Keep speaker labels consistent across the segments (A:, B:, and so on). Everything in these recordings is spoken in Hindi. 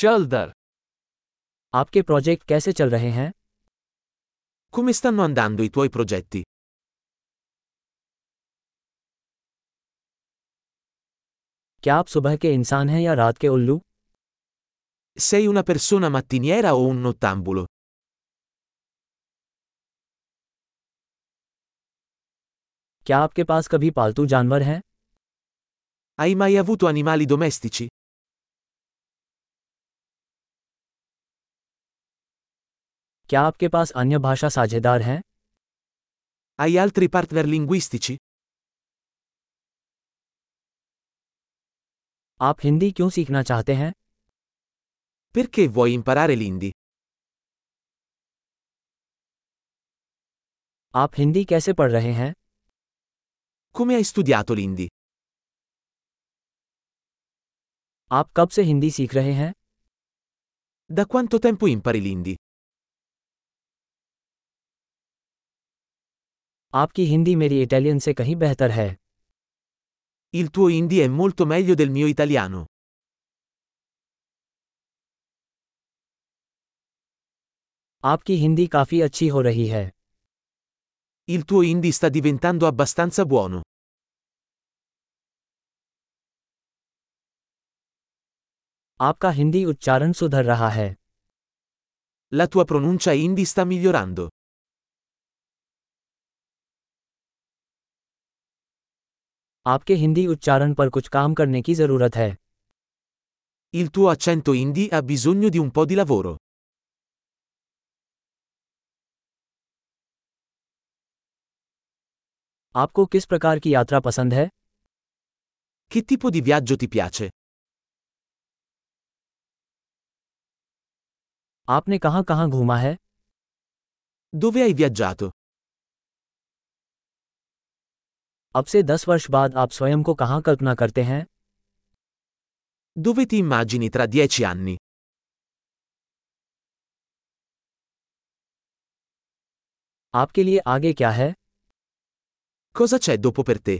A: C'è Aldar.
B: आपके प्रोजेक्ट कैसे चल रहे हैं
C: Come stanno andando i tuoi progetti?
B: क्या आप सुबह के इंसान हैं या रात के उल्लू
C: Sei una persona mattiniera o un nottambulo?
B: क्या आपके पास कभी पालतू जानवर हैं
C: Hai mai avuto animali domestici?
B: क्या आपके पास अन्य भाषा साझेदार हैं
C: Hai altri partner linguistici?
B: आप हिंदी क्यों सीखना चाहते हैं
C: Perché vuoi imparare l'indi?
B: आप हिंदी कैसे पढ़ रहे हैं
C: Come hai studiato l'indi?
B: आप कब से हिंदी सीख रहे हैं
C: Da quanto tempo impari l'indi?
B: आपकी हिंदी मेरी इटालियन से कहीं बेहतर है
C: Il tuo hindi è molto meglio del mio italiano.
B: आपकी हिंदी काफ़ी अच्छी हो रही है
C: Il tuo hindi sta diventando abbastanza buono.
B: आपका हिंदी उच्चारण सुधर रहा है
C: La tua pronuncia hindi sta migliorando.
B: आपके हिंदी उच्चारण पर कुछ काम करने की ज़रूरत है
C: Il tuo accento hindi ha bisogno di un po' di lavoro.
B: आपको किस प्रकार की यात्रा पसंद है
C: Che tipo di viaggio ti piace?
B: आपने कहाँ कहाँ घूमा है
C: Dove hai viaggiato?
B: अब से दस वर्ष बाद आप स्वयं को कहाँ कल्पना करते हैं
C: Dove ti immagini tra dieci anni?
B: आपके लिए आगे क्या है
C: Cosa c'è dopo per te?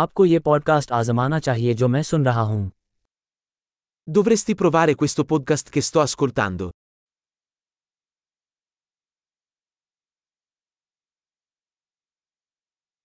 B: आपको ये पॉडकास्ट आजमाना चाहिए जो मैं सुन रहा हूँ
C: Dovresti provare questo podcast che sto ascoltando.